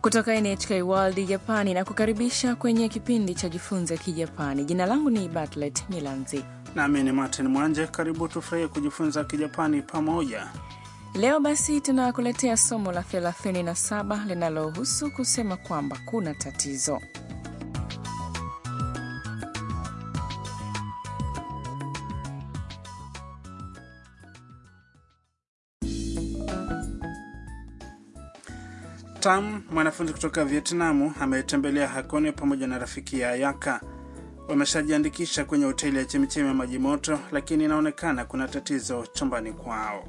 kutoka NHK World Japani na kukaribisha kwenye kipindi cha Jifunze Kijapani. Jina langu ni Bartlet Milanzi. Nami ni Martin Mwanje, karibu tufurahie kujifunza Kijapani pamoja. Leo basi tunakuletea somo la 37 linalohusu kusema kwamba kuna tatizo. Tam, mwanafunzi kutoka Vietnamu, ametembelea Hakone pamoja na rafiki ya Ayaka. Wameshajiandikisha kwenye hoteli ya chemichemi ya maji moto, lakini inaonekana kuna tatizo chumbani kwao.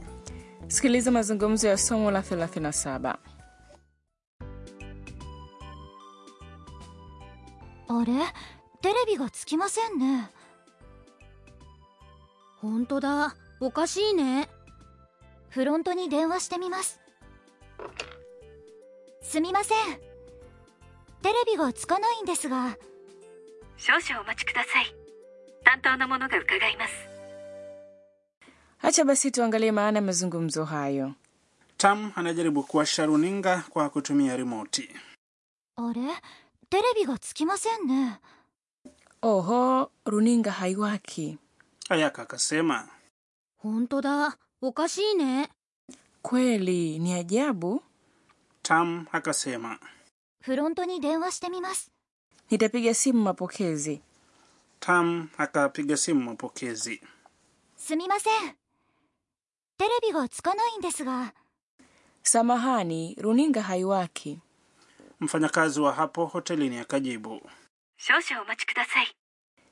Sikiliza mazungumzo ya somo la 37. あれテレビがつきませんね本当だおかしいねフロントに電話してみますすみませんテレビがつかないんですが少々お待ちください担当の者が伺います Hacha basi tuangalie maana ya mazungumzo hayo. Tam anajaribu kuwasha runinga kwa kutumia rimoti. あれテレビがつきませんね Oho, runinga haiwaki. Ayaka akasema 本当だおかしいね Kweli ni ajabu. Tam akasema フロントに電話してみます Nitapiga simu mapokezi. Tam akapiga simu mapokezi. すみませんテレビがつかないんですが Samahani, runinga haiwaki. Mfanyakazi wa hapo hotelini akajibu. 少々お待ちください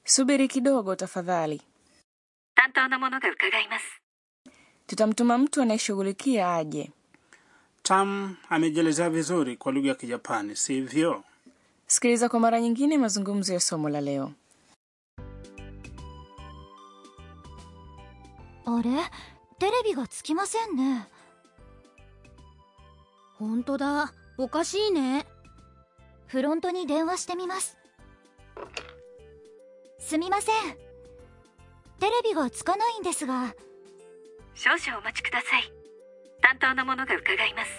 Subiri kidogo tafadhali. 担当の者が伺います Tutamtuma mtu anayeshughulikia aje. Tam amejielezea vizuri kwa lugha ya Kijapani, sivyo? Sikiliza kwa mara nyingine mazungumzo ya somo la leo. あれテレビがつきませんね本当だおかしいねフロントに電話してみますすみませんテレビがつかないんですが少々お待ちください担当の者が伺います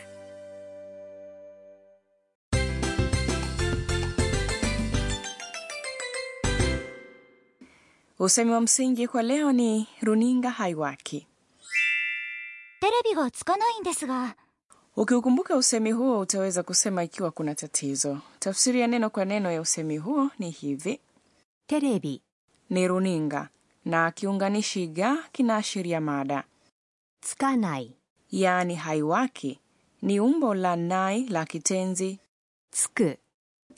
Usemi wa msingi kwa leo ni runinga haiwaki. テレビがつかないんですが Ukiukumbuka usemi huo utaweza kusema ikiwa kuna tatizo. Tafsiri ya neno kwa neno ya usemi huo ni hivi: テレビ ni runinga, na kiunganishi ga kinaashiria mada, つかない yaani haiwaki. Ni umbo la nai la kitenzi つく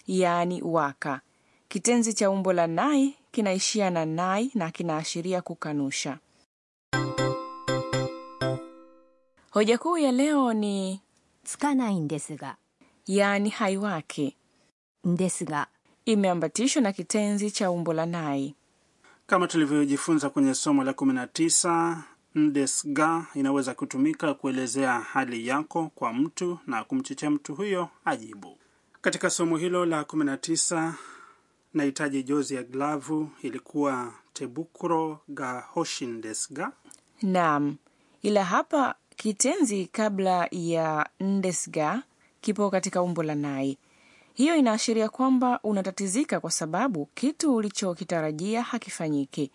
yaani waka. Kitenzi cha umbo la nai kinaishia na nai na kinaashiria kukanusha. Hoja kuu ya leo ni つかないんですが yaani haiwaki, んですが imeambatishwa na kitenzi cha umbo la nai. Kama tulivyojifunza kwenye somo la 19, ndesga inaweza kutumika kuelezea hali yako kwa mtu na kumchochea mtu huyo ajibu. Katika somo hilo la 19, nahitaji jozi ya glavu ilikuwa tebukuro ga hoshin desga. Naam, ila hapa kitenzi kabla ya ndesga kipo katika umbo la nai. Hiyo inaashiria kwamba unatatizika kwa sababu kitu ulichokitarajia hakifanyiki.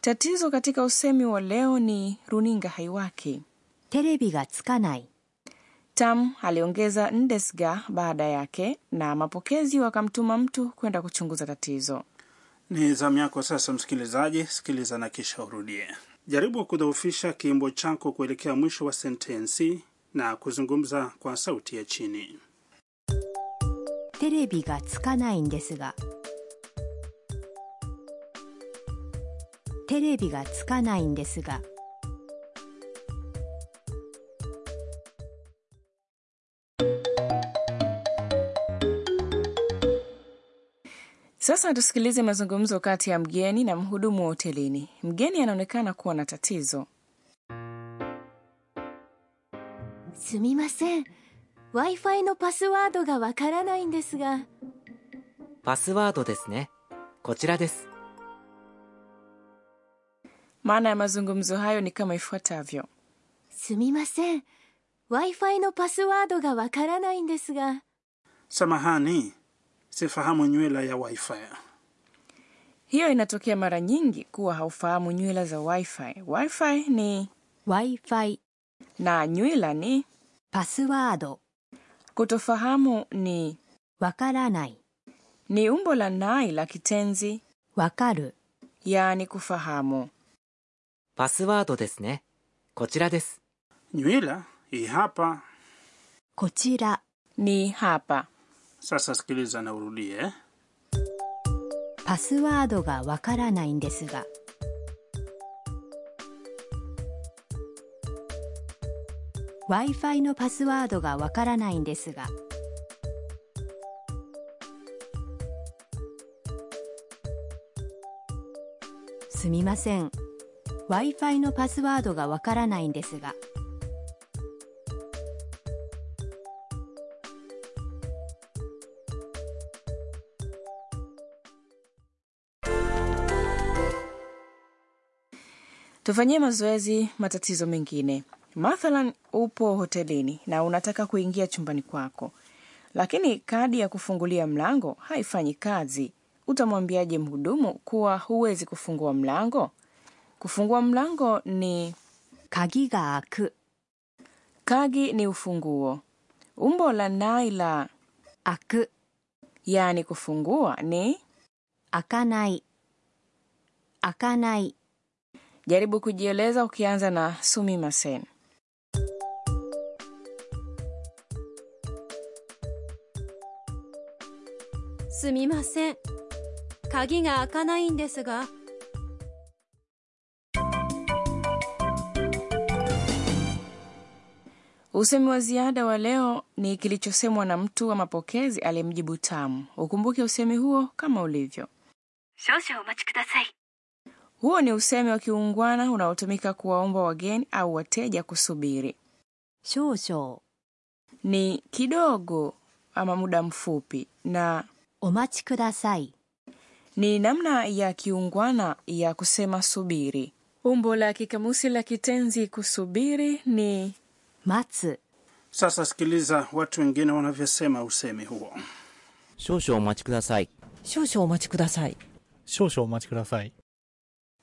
Tatizo katika usemi wa leo ni runinga haiwaki. テレビがつかない Tam aliongeza ndesga baada yake na mapokezi wakamtuma mtu kwenda kuchunguza tatizo. Ni zamu yako sasa, msikilizaji, sikiliza na kisha urudie. Jaribu kudhoofisha kiimbo chako kuelekea mwisho wa sentensi na kuzungumza kwa sauti ya chini. テレビがつかないんですがテレビがつかないんですが Sasa tusikilize mazungumzo kati ya mgeni na mhudumu wa hotelini. Mgeni anaonekana kuwa na tatizo. すみません w i f i のパスワードがわからないんですがパスワードですね。こちらです。 Maana ya mazungumzo hayo ni kama ifuatavyo: すみません w i f i のパスワードがわからないんですが samahani sifahamu nywela ya wifi hiyo inatokea mara nyingi kuwa haufahamu nywila za wifi wifi ni Wi-Fi、 na nywila ni パスワード、 kutofahamu ni わからない、 ni umbo la nai la kitenzi わかる、 yaani kufahamu パスワードですね。こちらです。 nywila hii hapa こちら、 ni hapa sasa sikiliza na urudie パスワードがわからないんですが、Wi-Fi のパスワードがわからないんですが、すみません。Wi-Fi のパスワードがわからないんですが、 tufanyie mazoezi matatizo mengine mathalan upo hotelini na unataka kuingia chumbani kwako lakini kadi ya kufungulia mlango haifanyi kazi utamwambiaje mhudumu kuwa huwezi kufungua mlango kufungua mlango ni 鍵が開く、 kagi ni ufunguo umbo la nai la 開く、 yani kufungua ni 開かない、開かない。 jaribu kujieleza ukianza na sumimasen すみません鍵が開かないんですが Usemi wa ziada wa leo ni kilichosemwa na mtu wa mapokezi aliyemjibu Tamu. Ukumbuke usemi huo kama ulivyo. 少々お待ちください Huo ni usemi wa kiungwana unaotumika kuwaomba wageni au wateja kusubiri. 少々、 Ni kidogo ama muda mfupi, na お待ちください。 ni namna ya kiungwana ya kusema subiri. Umbo la kikamusi la kitenzi kusubiri ni 待つ、 sasa sikiliza watu wengine wanavyosema usemi huo 少々お待ちください。少々お待ちください少々お待ちください。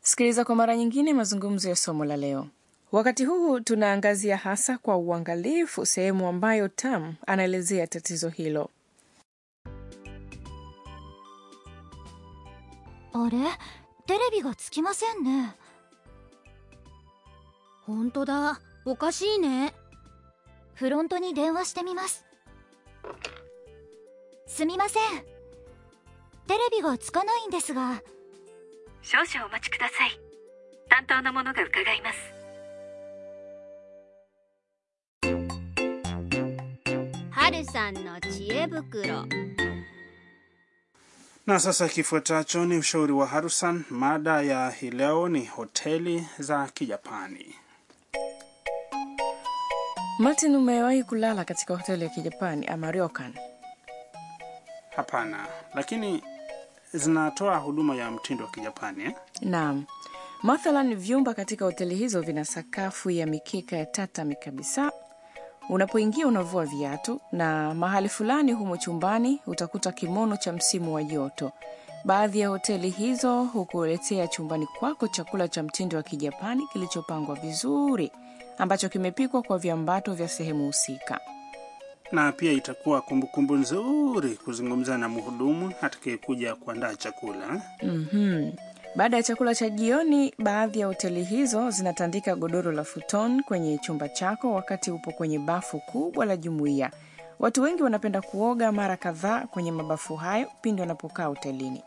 Sikiliza kwa mara nyingine mazungumzo ya somo la leo. Wakati huu tunaangazia hasa kwa uangalifu sehemu ambayo Tam anaelezea tatizo hilo. あれテレビがつきませんねほんとだおかしいねフロントに電話してみますすみませんテレビがつかないんですが少々お待ちください担当の者が伺います春さんの知恵袋 na sasa kifuatacho ni ushauri wa harusan mada ya hii leo ni hoteli za kijapani Martin, umewahi kulala katika hoteli ya Kijapani ama ryokan? hapana lakini zinatoa huduma ya mtindo wa kijapani eh? Naam. Mathalan, vyumba katika hoteli hizo vina sakafu ya mikeka ya tatami kabisa. Unapoingia unavua viatu, na mahali fulani humo chumbani utakuta kimono cha msimu wa joto. Baadhi ya hoteli hizo hukuletea chumbani kwako chakula cha mtindo wa Kijapani kilichopangwa vizuri, ambacho kimepikwa kwa viambato vya sehemu husika. na pia itakuwa kumbukumbu nzuri kuzungumza na mhudumu atakayekuja kuandaa chakula eh? Mhm. Baada ya chakula cha jioni, baadhi ya hoteli hizo zinatandika godoro la futon kwenye chumba chako wakati upo kwenye bafu kubwa la jumuiya. Watu wengi wanapenda kuoga mara kadhaa kwenye mabafu hayo pindi wanapokaa hotelini.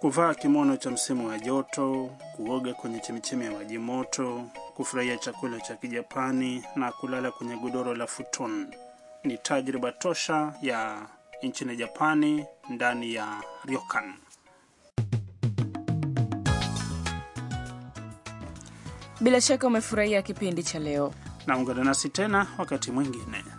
kuvaa kimono cha msimu wa joto, kuoga kwenye chemichemi ya maji moto, kufurahia chakula cha Kijapani na kulala kwenye godoro la futon ni tajriba tosha ya nchini Japani ndani ya ryokan. Bila shaka umefurahia kipindi cha leo. Na ungana nasi tena wakati mwingine.